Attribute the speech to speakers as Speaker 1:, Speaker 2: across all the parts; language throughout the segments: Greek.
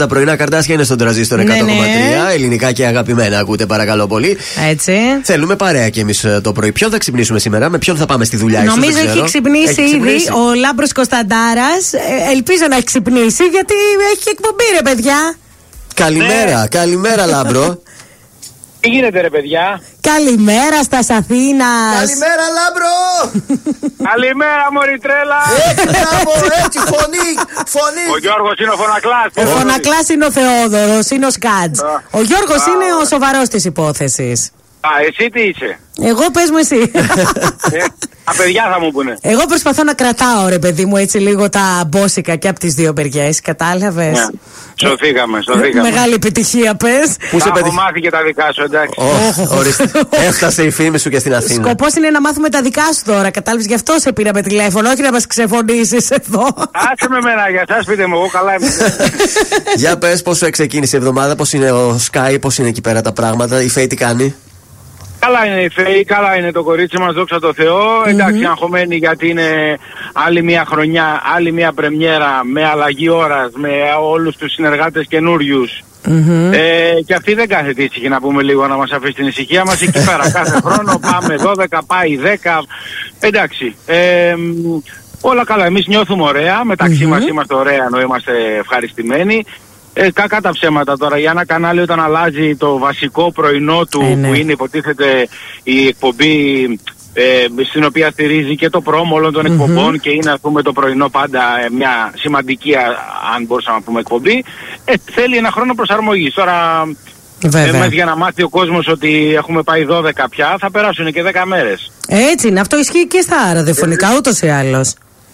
Speaker 1: Τα πρωινά καρτάσια είναι στον τραζίστορ 100,3.
Speaker 2: Ναι, ναι.
Speaker 1: Ελληνικά και αγαπημένα, ακούτε παρακαλώ πολύ.
Speaker 2: Έτσι.
Speaker 1: Θέλουμε παρέα κι εμείς το πρωί. Ποιον θα ξυπνήσουμε σήμερα, με ποιον θα πάμε στη δουλειά, ίσως, δεν
Speaker 2: Νομίζω έχει
Speaker 1: ξέρω.
Speaker 2: ξυπνήσει
Speaker 1: Έχει
Speaker 2: ήδη
Speaker 1: ξυπνήσει.
Speaker 2: ο Λάμπρος Κωνσταντάρας Ε, Ελπίζω να έχει ξυπνήσει γιατί έχει και εκπομπή ρε παιδιά.
Speaker 1: Καλημέρα, καλημέρα, Λάμπρο.
Speaker 3: Τι γίνεται ρε παιδιά.
Speaker 2: Καλημέρα στα Αθήνας.
Speaker 1: καλημέρα, Λάμπρο!
Speaker 3: Καλημέρα μωρή τρέλα.
Speaker 2: Ε,
Speaker 1: Μπράβο, έτσι, φωνή,
Speaker 3: Ο
Speaker 1: φωνή.
Speaker 3: Γιώργος είναι ο φωνακλάς.
Speaker 2: Ο
Speaker 1: ε.
Speaker 2: Φωνακλάς είναι ο Θεόδωρος, είναι ο Σκάτζ.
Speaker 3: Α.
Speaker 2: Ο Γιώργος
Speaker 3: Α.
Speaker 2: είναι ο σοβαρός της υπόθεσης.
Speaker 3: Α, εσύ τι είσαι.
Speaker 2: Εγώ πες μου εσύ.
Speaker 3: Ε, τα παιδιά θα μου πούνε.
Speaker 2: Εγώ προσπαθώ να κρατάω ρε παιδί μου έτσι λίγο τα μπόσικα και από τις δύο μεριές, κατάλαβες.
Speaker 3: Ναι. Σωθήκαμε, σωθήκαμε.
Speaker 2: Ε, Μεγάλη επιτυχία πες.
Speaker 1: Πού σε
Speaker 3: Τα έχω
Speaker 1: πετύχει.
Speaker 3: μάθει και τα δικά σου, εντάξει.
Speaker 1: Ω, ορίστε. Έφτασε η φήμη σου και στην Αθήνα.
Speaker 2: Σκοπός είναι να μάθουμε τα δικά σου τώρα, κατάλαβες. Γι' αυτό σε πήραμε τηλέφωνο, όχι να μας ξεφωνήσει εδώ.
Speaker 3: Άσε με μένα για εσάς πείτε μου, εγώ καλά είμαι.
Speaker 1: Για πες, πόσο ξεκίνησε η εβδομάδα, πώς είναι ο Sky, πώς είναι εκεί πέρα τα πράγματα, η Φέη τι κάνει.
Speaker 3: καλά είναι η Φέη, καλά είναι το κορίτσι μας, δόξα τω Θεώ. Εντάξει, αγχωμένη γιατί είναι άλλη μια χρονιά, άλλη μια πρεμιέρα με αλλαγή ώρας, με όλους τους συνεργάτες καινούριους. Ε, και αυτή δεν κάθεται ήσυχη να πούμε λίγο να μας αφήσει την ησυχία μας εκεί πέρα κάθε χρόνο πάμε 12 πάει 10 εντάξει ε, μ, όλα καλά εμείς νιώθουμε ωραία μεταξύ μας είμαστε ωραία ενώ είμαστε ευχαριστημένοι ε, κακά τα ψέματα τώρα για ένα κανάλι όταν αλλάζει το βασικό πρωινό του
Speaker 2: Ε, ναι.
Speaker 3: που είναι υποτίθεται η εκπομπή ε, στην οποία στηρίζει και το πρόμο όλων των εκπομπών και είναι ας πούμε το πρωινό πάντα ε, μια σημαντική α- αν μπορούσαμε να πούμε εκπομπή ε, θέλει ένα χρόνο προσαρμογής τώρα Εμάς Ε, για να μάθει ο κόσμος ότι έχουμε πάει 12 πια θα περάσουν και 10 μέρες
Speaker 2: Έτσι είναι, αυτό ισχύει και στα ραδιοφωνικά ούτως ή άλλως.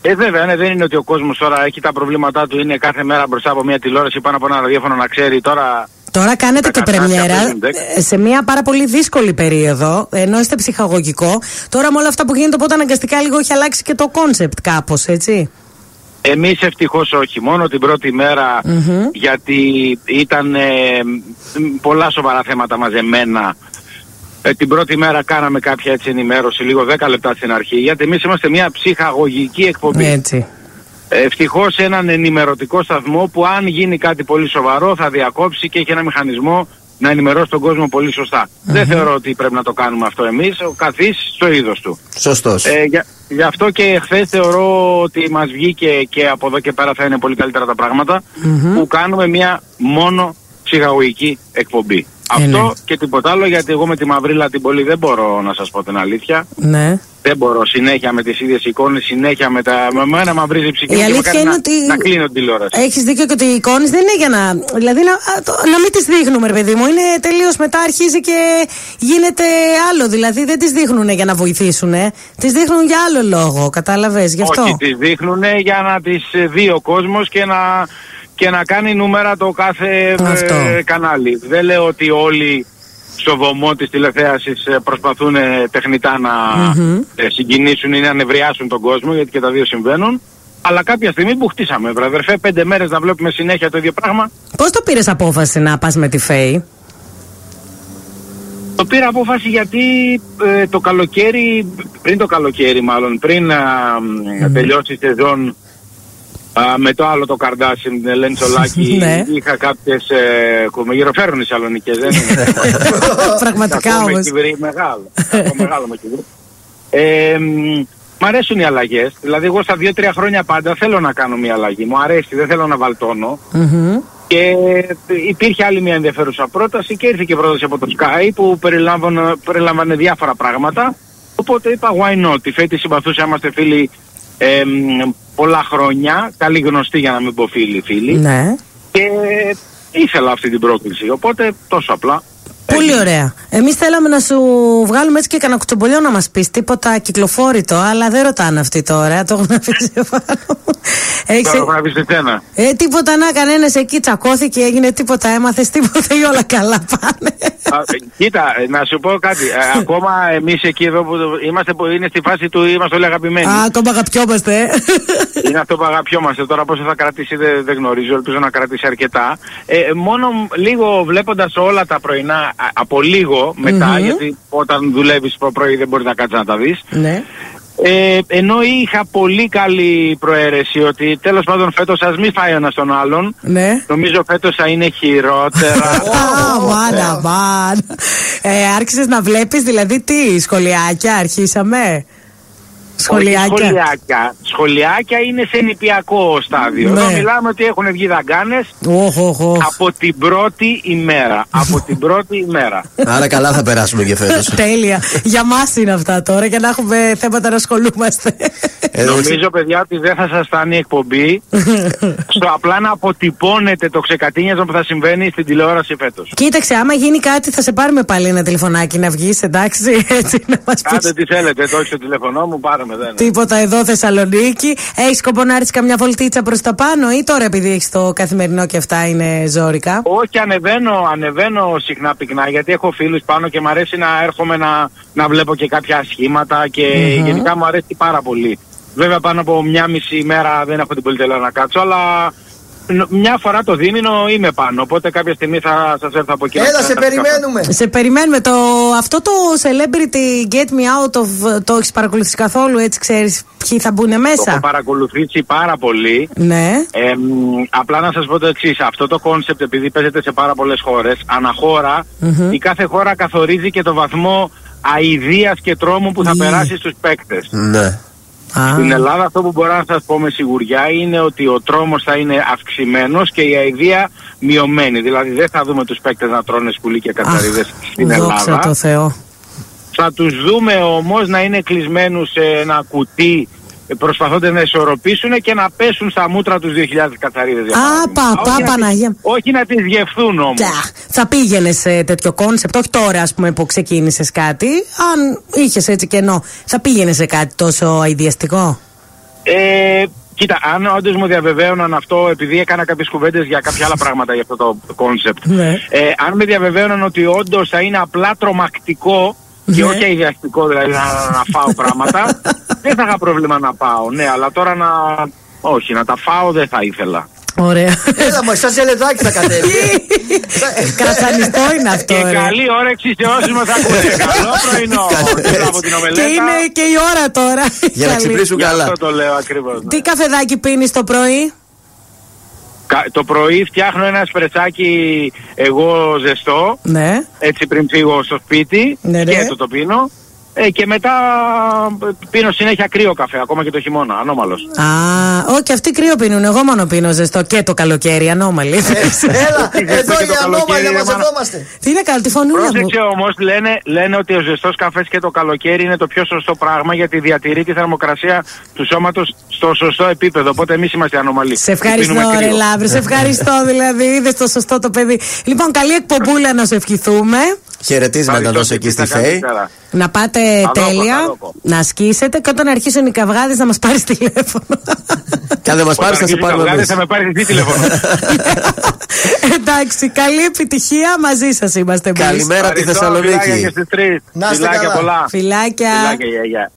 Speaker 3: ε, βέβαια, ναι, δεν είναι ότι ο κόσμος τώρα έχει τα προβλήματά του, είναι κάθε μέρα μπροστά από μια τηλεόραση πάνω από ένα ραδιόφωνο να ξέρει τώρα
Speaker 2: Τώρα κάνετε
Speaker 3: Τα
Speaker 2: και
Speaker 3: κανάλια
Speaker 2: πρεμιέρα
Speaker 3: παίζουν,
Speaker 2: ε, σε μια πάρα πολύ δύσκολη περίοδο, ενώ είστε ψυχαγωγικό. Τώρα με όλα αυτά που γίνεται, οπότε αναγκαστικά λίγο έχει αλλάξει και το κόνσεπτ κάπως, έτσι.
Speaker 3: Εμείς ευτυχώς όχι, μόνο την πρώτη μέρα, γιατί ήταν ε, μ, πολλά σοβαρά θέματα μαζεμένα. Ε, την πρώτη μέρα κάναμε κάποια έτσι ενημέρωση, λίγο 10 λεπτά στην αρχή, γιατί εμείς είμαστε μια ψυχαγωγική εκπομπή.
Speaker 2: Έτσι.
Speaker 3: Ευτυχώς έναν ενημερωτικό σταθμό που αν γίνει κάτι πολύ σοβαρό θα διακόψει και έχει ένα μηχανισμό να ενημερώσει τον κόσμο πολύ σωστά. Δεν θεωρώ ότι πρέπει να το κάνουμε αυτό εμείς, ο καθής στο είδος του.
Speaker 1: Σωστός.
Speaker 3: Ε, για- γι' αυτό και χθε θεωρώ ότι μας βγήκε και από εδώ και πέρα θα είναι πολύ καλύτερα τα πραγματα που κάνουμε μια μόνο ψυχαγωγική εκπομπή.
Speaker 2: Ε, ναι.
Speaker 3: Αυτό και τίποτα άλλο γιατί εγώ με τη μαυρίλα την πολύ δεν μπορώ να σας πω την αλήθεια.
Speaker 2: Ναι.
Speaker 3: Δεν μπορώ συνέχεια με τις ίδιες εικόνες, συνέχεια με τα... Με μένα μαυρίζει η ψυχή
Speaker 2: Η
Speaker 3: μου και με
Speaker 2: αλήθεια
Speaker 3: κάνει
Speaker 2: είναι
Speaker 3: να,
Speaker 2: ότι- Ε,
Speaker 3: να κλείνω την τηλεόραση.
Speaker 2: Έχεις δίκιο και ότι οι εικόνες δεν είναι για να. Δηλαδή να, α, το- να μην τις δείχνουμε, ρε παιδί μου. Είναι τελείως μετά αρχίζει και γίνεται άλλο. Δηλαδή δεν τις δείχνουν για να βοηθήσουν. Τις δείχνουν για άλλο λόγο. Κατάλαβες γι' αυτό.
Speaker 3: Όχι, τις δείχνουν για να τις ε, δει ο κόσμος και να, και να κάνει νούμερα το κάθε ε,
Speaker 2: Αυτό.
Speaker 3: κανάλι. Δεν λέω ότι όλοι στο βωμό της τηλεθέασης ε, προσπαθούν ε, τεχνητά να ε, συγκινήσουν ή να ανεβριάσουν τον κόσμο, γιατί και τα δύο συμβαίνουν. Αλλά κάποια στιγμή που χτίσαμε, βραδερφέ, πέντε μέρες να βλέπουμε συνέχεια το ίδιο πράγμα,
Speaker 2: Πώς το πήρες απόφαση να πας με τη Φέη.
Speaker 3: Το πήρα απόφαση γιατί ε, το καλοκαίρι, πριν το καλοκαίρι μάλλον, πριν α, μ, τελειώσει η σεζόν α, με το άλλο το Καρδάσι, με την Ελένη Τσολάκη,
Speaker 2: Ναι.
Speaker 3: είχα κάποιες ε, κουμεγυροφέρουν οι σαλονικές, δεν είναι.
Speaker 2: Πραγματικά
Speaker 3: Κακό
Speaker 2: όμω.
Speaker 3: με έχει βρει μεγάλο. Κακό μεγάλο με έχει βρει. Ε, μ, μ' αρέσουν οι αλλαγές. Δηλαδή, εγώ στα δύο-τρία χρόνια πάντα θέλω να κάνω μια αλλαγή. Μου αρέσει, δεν θέλω να βαλτώνω. Και υπήρχε άλλη μια ενδιαφέρουσα πρόταση και ήρθε και πρόταση από το Sky που περιλάμβανε, περιλάμβανε διάφορα πράγματα. Οπότε είπα, why not. Η Φέτη συμπαθούσε, είμαστε φίλοι ε, μ, πολλά χρόνια. Καλή γνωστή για να μην πω φίλοι, φίλοι.
Speaker 2: Ναι.
Speaker 3: Και ήθελα αυτή την πρόκληση. Οπότε τόσο απλά.
Speaker 2: Πολύ ωραία. Εμείς θέλαμε να σου βγάλουμε έτσι και κανένα κουτσομπολιό να μας πεις τίποτα κυκλοφόρητο, αλλά δεν ρωτάνε αυτοί τώρα. Το έχουν αφήσει επάνω. Έχεις-
Speaker 3: Τώρα να πεις εσένα.
Speaker 2: Ε, τίποτα να κανένας εκεί τσακώθηκε, έγινε τίποτα, έμαθες τίποτα ή όλα καλά πάνε.
Speaker 3: Α, ε, Κοίτα, ε, να σου πω κάτι. Ε, Ακόμα εμείς εκεί εδώ που το- είμαστε, που είναι στη φάση του είμαστε όλοι αγαπημένοι.
Speaker 2: Α, ακόμα αγαπιόμαστε. ε.
Speaker 3: Είναι αυτό που αγαπιόμαστε. Τώρα πόσο θα κρατήσει δεν, δεν γνωρίζω. Ελπίζω να κρατήσει αρκετά. Ε, μόνο λίγο βλέποντας όλα τα πρωινά, α, από λίγο μετά, γιατί όταν δουλεύεις το πρωί δεν μπορείς να κάτσεις να τα δεις.
Speaker 2: ναι.
Speaker 3: Ε, ενώ είχα πολύ καλή προαίρεση ότι τέλος πάντων φέτος ας μην φάει ένας τον άλλον.
Speaker 2: Ναι.
Speaker 3: Νομίζω φέτος θα είναι χειρότερα.
Speaker 2: Μάνα, μάνα. Άρχισες να βλέπεις δηλαδή τι, σχολιάκια, αρχίσαμε.
Speaker 3: Όχι,
Speaker 2: Σχολιάκια.
Speaker 3: σχολιάκια. Σχολιάκια είναι σε νηπιακό στάδιο.
Speaker 2: Ναι.
Speaker 3: Εδώ μιλάμε ότι έχουν βγει δαγκάνες
Speaker 2: Οχ, οχ, οχ.
Speaker 3: από την πρώτη ημέρα. από την πρώτη ημέρα.
Speaker 1: Άρα καλά θα περάσουμε και φέτος.
Speaker 2: Τέλεια. Για μας είναι αυτά τώρα για να έχουμε θέματα να ασχολούμαστε.
Speaker 1: Ε,
Speaker 3: Νομίζω, παιδιά, ότι δεν θα σας φτάνει η εκπομπή. στο απλά να αποτυπώνετε το ξεκατίνιασμα που θα συμβαίνει στην τηλεόραση φέτος.
Speaker 2: Κοίταξε, άμα γίνει κάτι θα σε πάρουμε πάλι ένα τηλεφωνάκι να βγεις, εντάξει, έτσι να μας
Speaker 3: Κάντε
Speaker 2: πεις.
Speaker 3: τι θέλετε, το έχει το τηλεφωνό μου, πάρε με δεν.
Speaker 2: Τίποτα εδώ Θεσσαλονίκη. Έχεις σκοπό να έρθει καμιά βολτίτσα προς τα πάνω ή τώρα επειδή έχεις το καθημερινό και αυτά είναι ζώρικα.
Speaker 3: Όχι, ανεβαίνω, ανεβαίνω συχνά πυκνά γιατί έχω φίλους πάνω και μου αρέσει να έρχομαι να, να βλέπω και κάποια σχήματα και γενικά μου αρέσει πάρα πολύ. Βέβαια, πάνω από μια μισή ημέρα δεν έχω την πολυτελεία να κάτσω, αλλά ν- μια φορά το δίμηνο είμαι πάνω. Οπότε κάποια στιγμή θα σας έρθω από εκεί. να
Speaker 4: Έλα,
Speaker 3: σας
Speaker 4: σε
Speaker 3: τα
Speaker 4: περιμένουμε.
Speaker 2: Σε περιμένουμε. Το, αυτό το celebrity get me out of το έχεις παρακολουθήσει καθόλου, έτσι ξέρεις ποιοι θα μπουν
Speaker 3: Το έχω
Speaker 2: μέσα.
Speaker 3: παρακολουθήσει πάρα πολύ.
Speaker 2: Ναι.
Speaker 3: Ε, μ, απλά να σας πω το εξής. Αυτό το κόνσεπτ επειδή παίζεται σε πάρα πολλές χώρες αναχώρα, η κάθε χώρα καθορίζει και το βαθμό αηδίας και τρόμου που θα
Speaker 2: Ναι.
Speaker 3: περάσει στους παίκτες.
Speaker 1: Ναι.
Speaker 2: Α,
Speaker 3: Στην Ελλάδα αυτό που μπορώ να σας πω με σιγουριά είναι ότι ο τρόμος θα είναι αυξημένος και η αηδία μειωμένη. Δηλαδή δεν θα δούμε τους παίκτες να τρώνε σκουλή και κατσαρίδες
Speaker 2: αχ,
Speaker 3: στην
Speaker 2: Δόξα
Speaker 3: Ελλάδα.
Speaker 2: τω Θεώ.
Speaker 3: Θα τους δούμε όμως να είναι κλεισμένους σε ένα κουτί ε, προσπαθώντας να ισορροπήσουν και να πέσουν στα μούτρα τους 2.000 καθαρίδες. για
Speaker 2: Α,
Speaker 3: παράδειγμα.
Speaker 2: πα, πα,
Speaker 3: Όχι να
Speaker 2: Παναγία
Speaker 3: τις-
Speaker 2: μου.
Speaker 3: Όχι να τις γευθούν όμως.
Speaker 2: Τσα, θα πήγαινες σε τέτοιο κόνσεπτ, όχι τώρα ας πούμε που ξεκίνησες κάτι. Αν είχες έτσι κενό, θα πήγαινες σε κάτι τόσο αειδιαστικό.
Speaker 3: Ε, κοίτα, αν όντως μου διαβεβαίωναν αυτό, επειδή έκανα κάποιες κουβέντες για κάποια άλλα πράγματα για αυτό το κόνσεπτ.
Speaker 2: Ναι.
Speaker 3: ε, αν με διαβεβαίωναν ότι όντως θα είναι απλά τρομακτικό και
Speaker 2: Ναι.
Speaker 3: όχι αειδιαστικό, δηλαδή να, να φάω πράγματα, δεν θα είχα πρόβλημα να πάω. Ναι, αλλά τώρα να. Όχι, να τα φάω δεν θα ήθελα.
Speaker 2: Ωραία.
Speaker 4: Έλα μου, σαν ζελεδάκι θα κατέβει.
Speaker 2: Κατσανιστό είναι αυτό.
Speaker 3: Και
Speaker 2: ρε.
Speaker 3: καλή όρεξη σε όσου μα ακούνε. Καλό πρωινό. Θέλω από την
Speaker 2: Και
Speaker 3: ομελέτα.
Speaker 2: είναι και η ώρα τώρα.
Speaker 1: Για να
Speaker 2: Καλή.
Speaker 1: ξυπνήσουν
Speaker 3: Γι'
Speaker 1: καλά.
Speaker 3: Αυτό το λέω ναι. ακριβώ.
Speaker 2: Τι καφεδάκι πίνεις το πρωί.
Speaker 3: Το πρωί φτιάχνω ένα σπρετσάκι εγώ ζεστό.
Speaker 2: Ναι.
Speaker 3: έτσι πριν φύγω στο σπίτι
Speaker 2: Ναι, ρε.
Speaker 3: και το το πίνω. Ε, και μετά ε, πίνω συνέχεια κρύο καφέ, ακόμα και το χειμώνα, ανώμαλος.
Speaker 2: Α, όχι, αυτοί κρύο πίνουν. Εγώ μόνο πίνω ζεστό και το καλοκαίρι, ανώμαλοι.
Speaker 1: Ε.
Speaker 4: Έλα,
Speaker 3: Ζεστό
Speaker 4: εδώ
Speaker 3: και
Speaker 4: οι
Speaker 3: το καλοκαίρι,
Speaker 4: ανώμαλοι
Speaker 3: ρε,
Speaker 4: μαζευόμαστε.
Speaker 2: Τι είναι καλό, τη φωνούλα μου.
Speaker 3: Πρόσεξε όμως, λένε, λένε ότι ο ζεστός καφές και το καλοκαίρι είναι το πιο σωστό πράγμα γιατί διατηρεί τη θερμοκρασία του σώματος στο σωστό επίπεδο. Οπότε εμείς είμαστε ανομαλοί.
Speaker 2: Σε ευχαριστώ,
Speaker 3: Πίνουμε
Speaker 2: ρε
Speaker 3: κρύο.
Speaker 2: Λαύρη. Σε
Speaker 1: Ε.
Speaker 2: ευχαριστώ, δηλαδή. Είδες το σωστό το παιδί. Λοιπόν, καλή εκπομπούλα να σου ευχηθούμε.
Speaker 1: Χαιρετίσματα
Speaker 3: Ευχαριστώ,
Speaker 1: δώσω εκεί στη
Speaker 3: θα κάνεις
Speaker 1: Φέη.
Speaker 3: καλά.
Speaker 2: Να πάτε
Speaker 3: δω,
Speaker 2: τέλεια,
Speaker 3: θα δω.
Speaker 2: να ασκήσετε και όταν αρχίσουν οι καυγάδες να μας πάρεις τηλέφωνο.
Speaker 1: Και αν δεν μας πάρεις, θα
Speaker 3: Όταν
Speaker 1: σε
Speaker 3: αρχίσει
Speaker 1: πάρουμε
Speaker 3: καυγάδες,
Speaker 1: εμείς.
Speaker 3: Θα με πάρεις τι τηλέφωνο.
Speaker 2: Εντάξει, καλή επιτυχία. Μαζί σας είμαστε εμείς.
Speaker 1: Καλημέρα τη
Speaker 3: Ευχαριστώ, φιλάκια
Speaker 1: Θεσσαλονίκη.
Speaker 3: και στις τρεις.
Speaker 4: Να είστε
Speaker 3: Φιλάκια
Speaker 4: καλά.
Speaker 3: πολλά.
Speaker 2: Φιλάκια.
Speaker 3: Φιλάκια, γεια, γεια.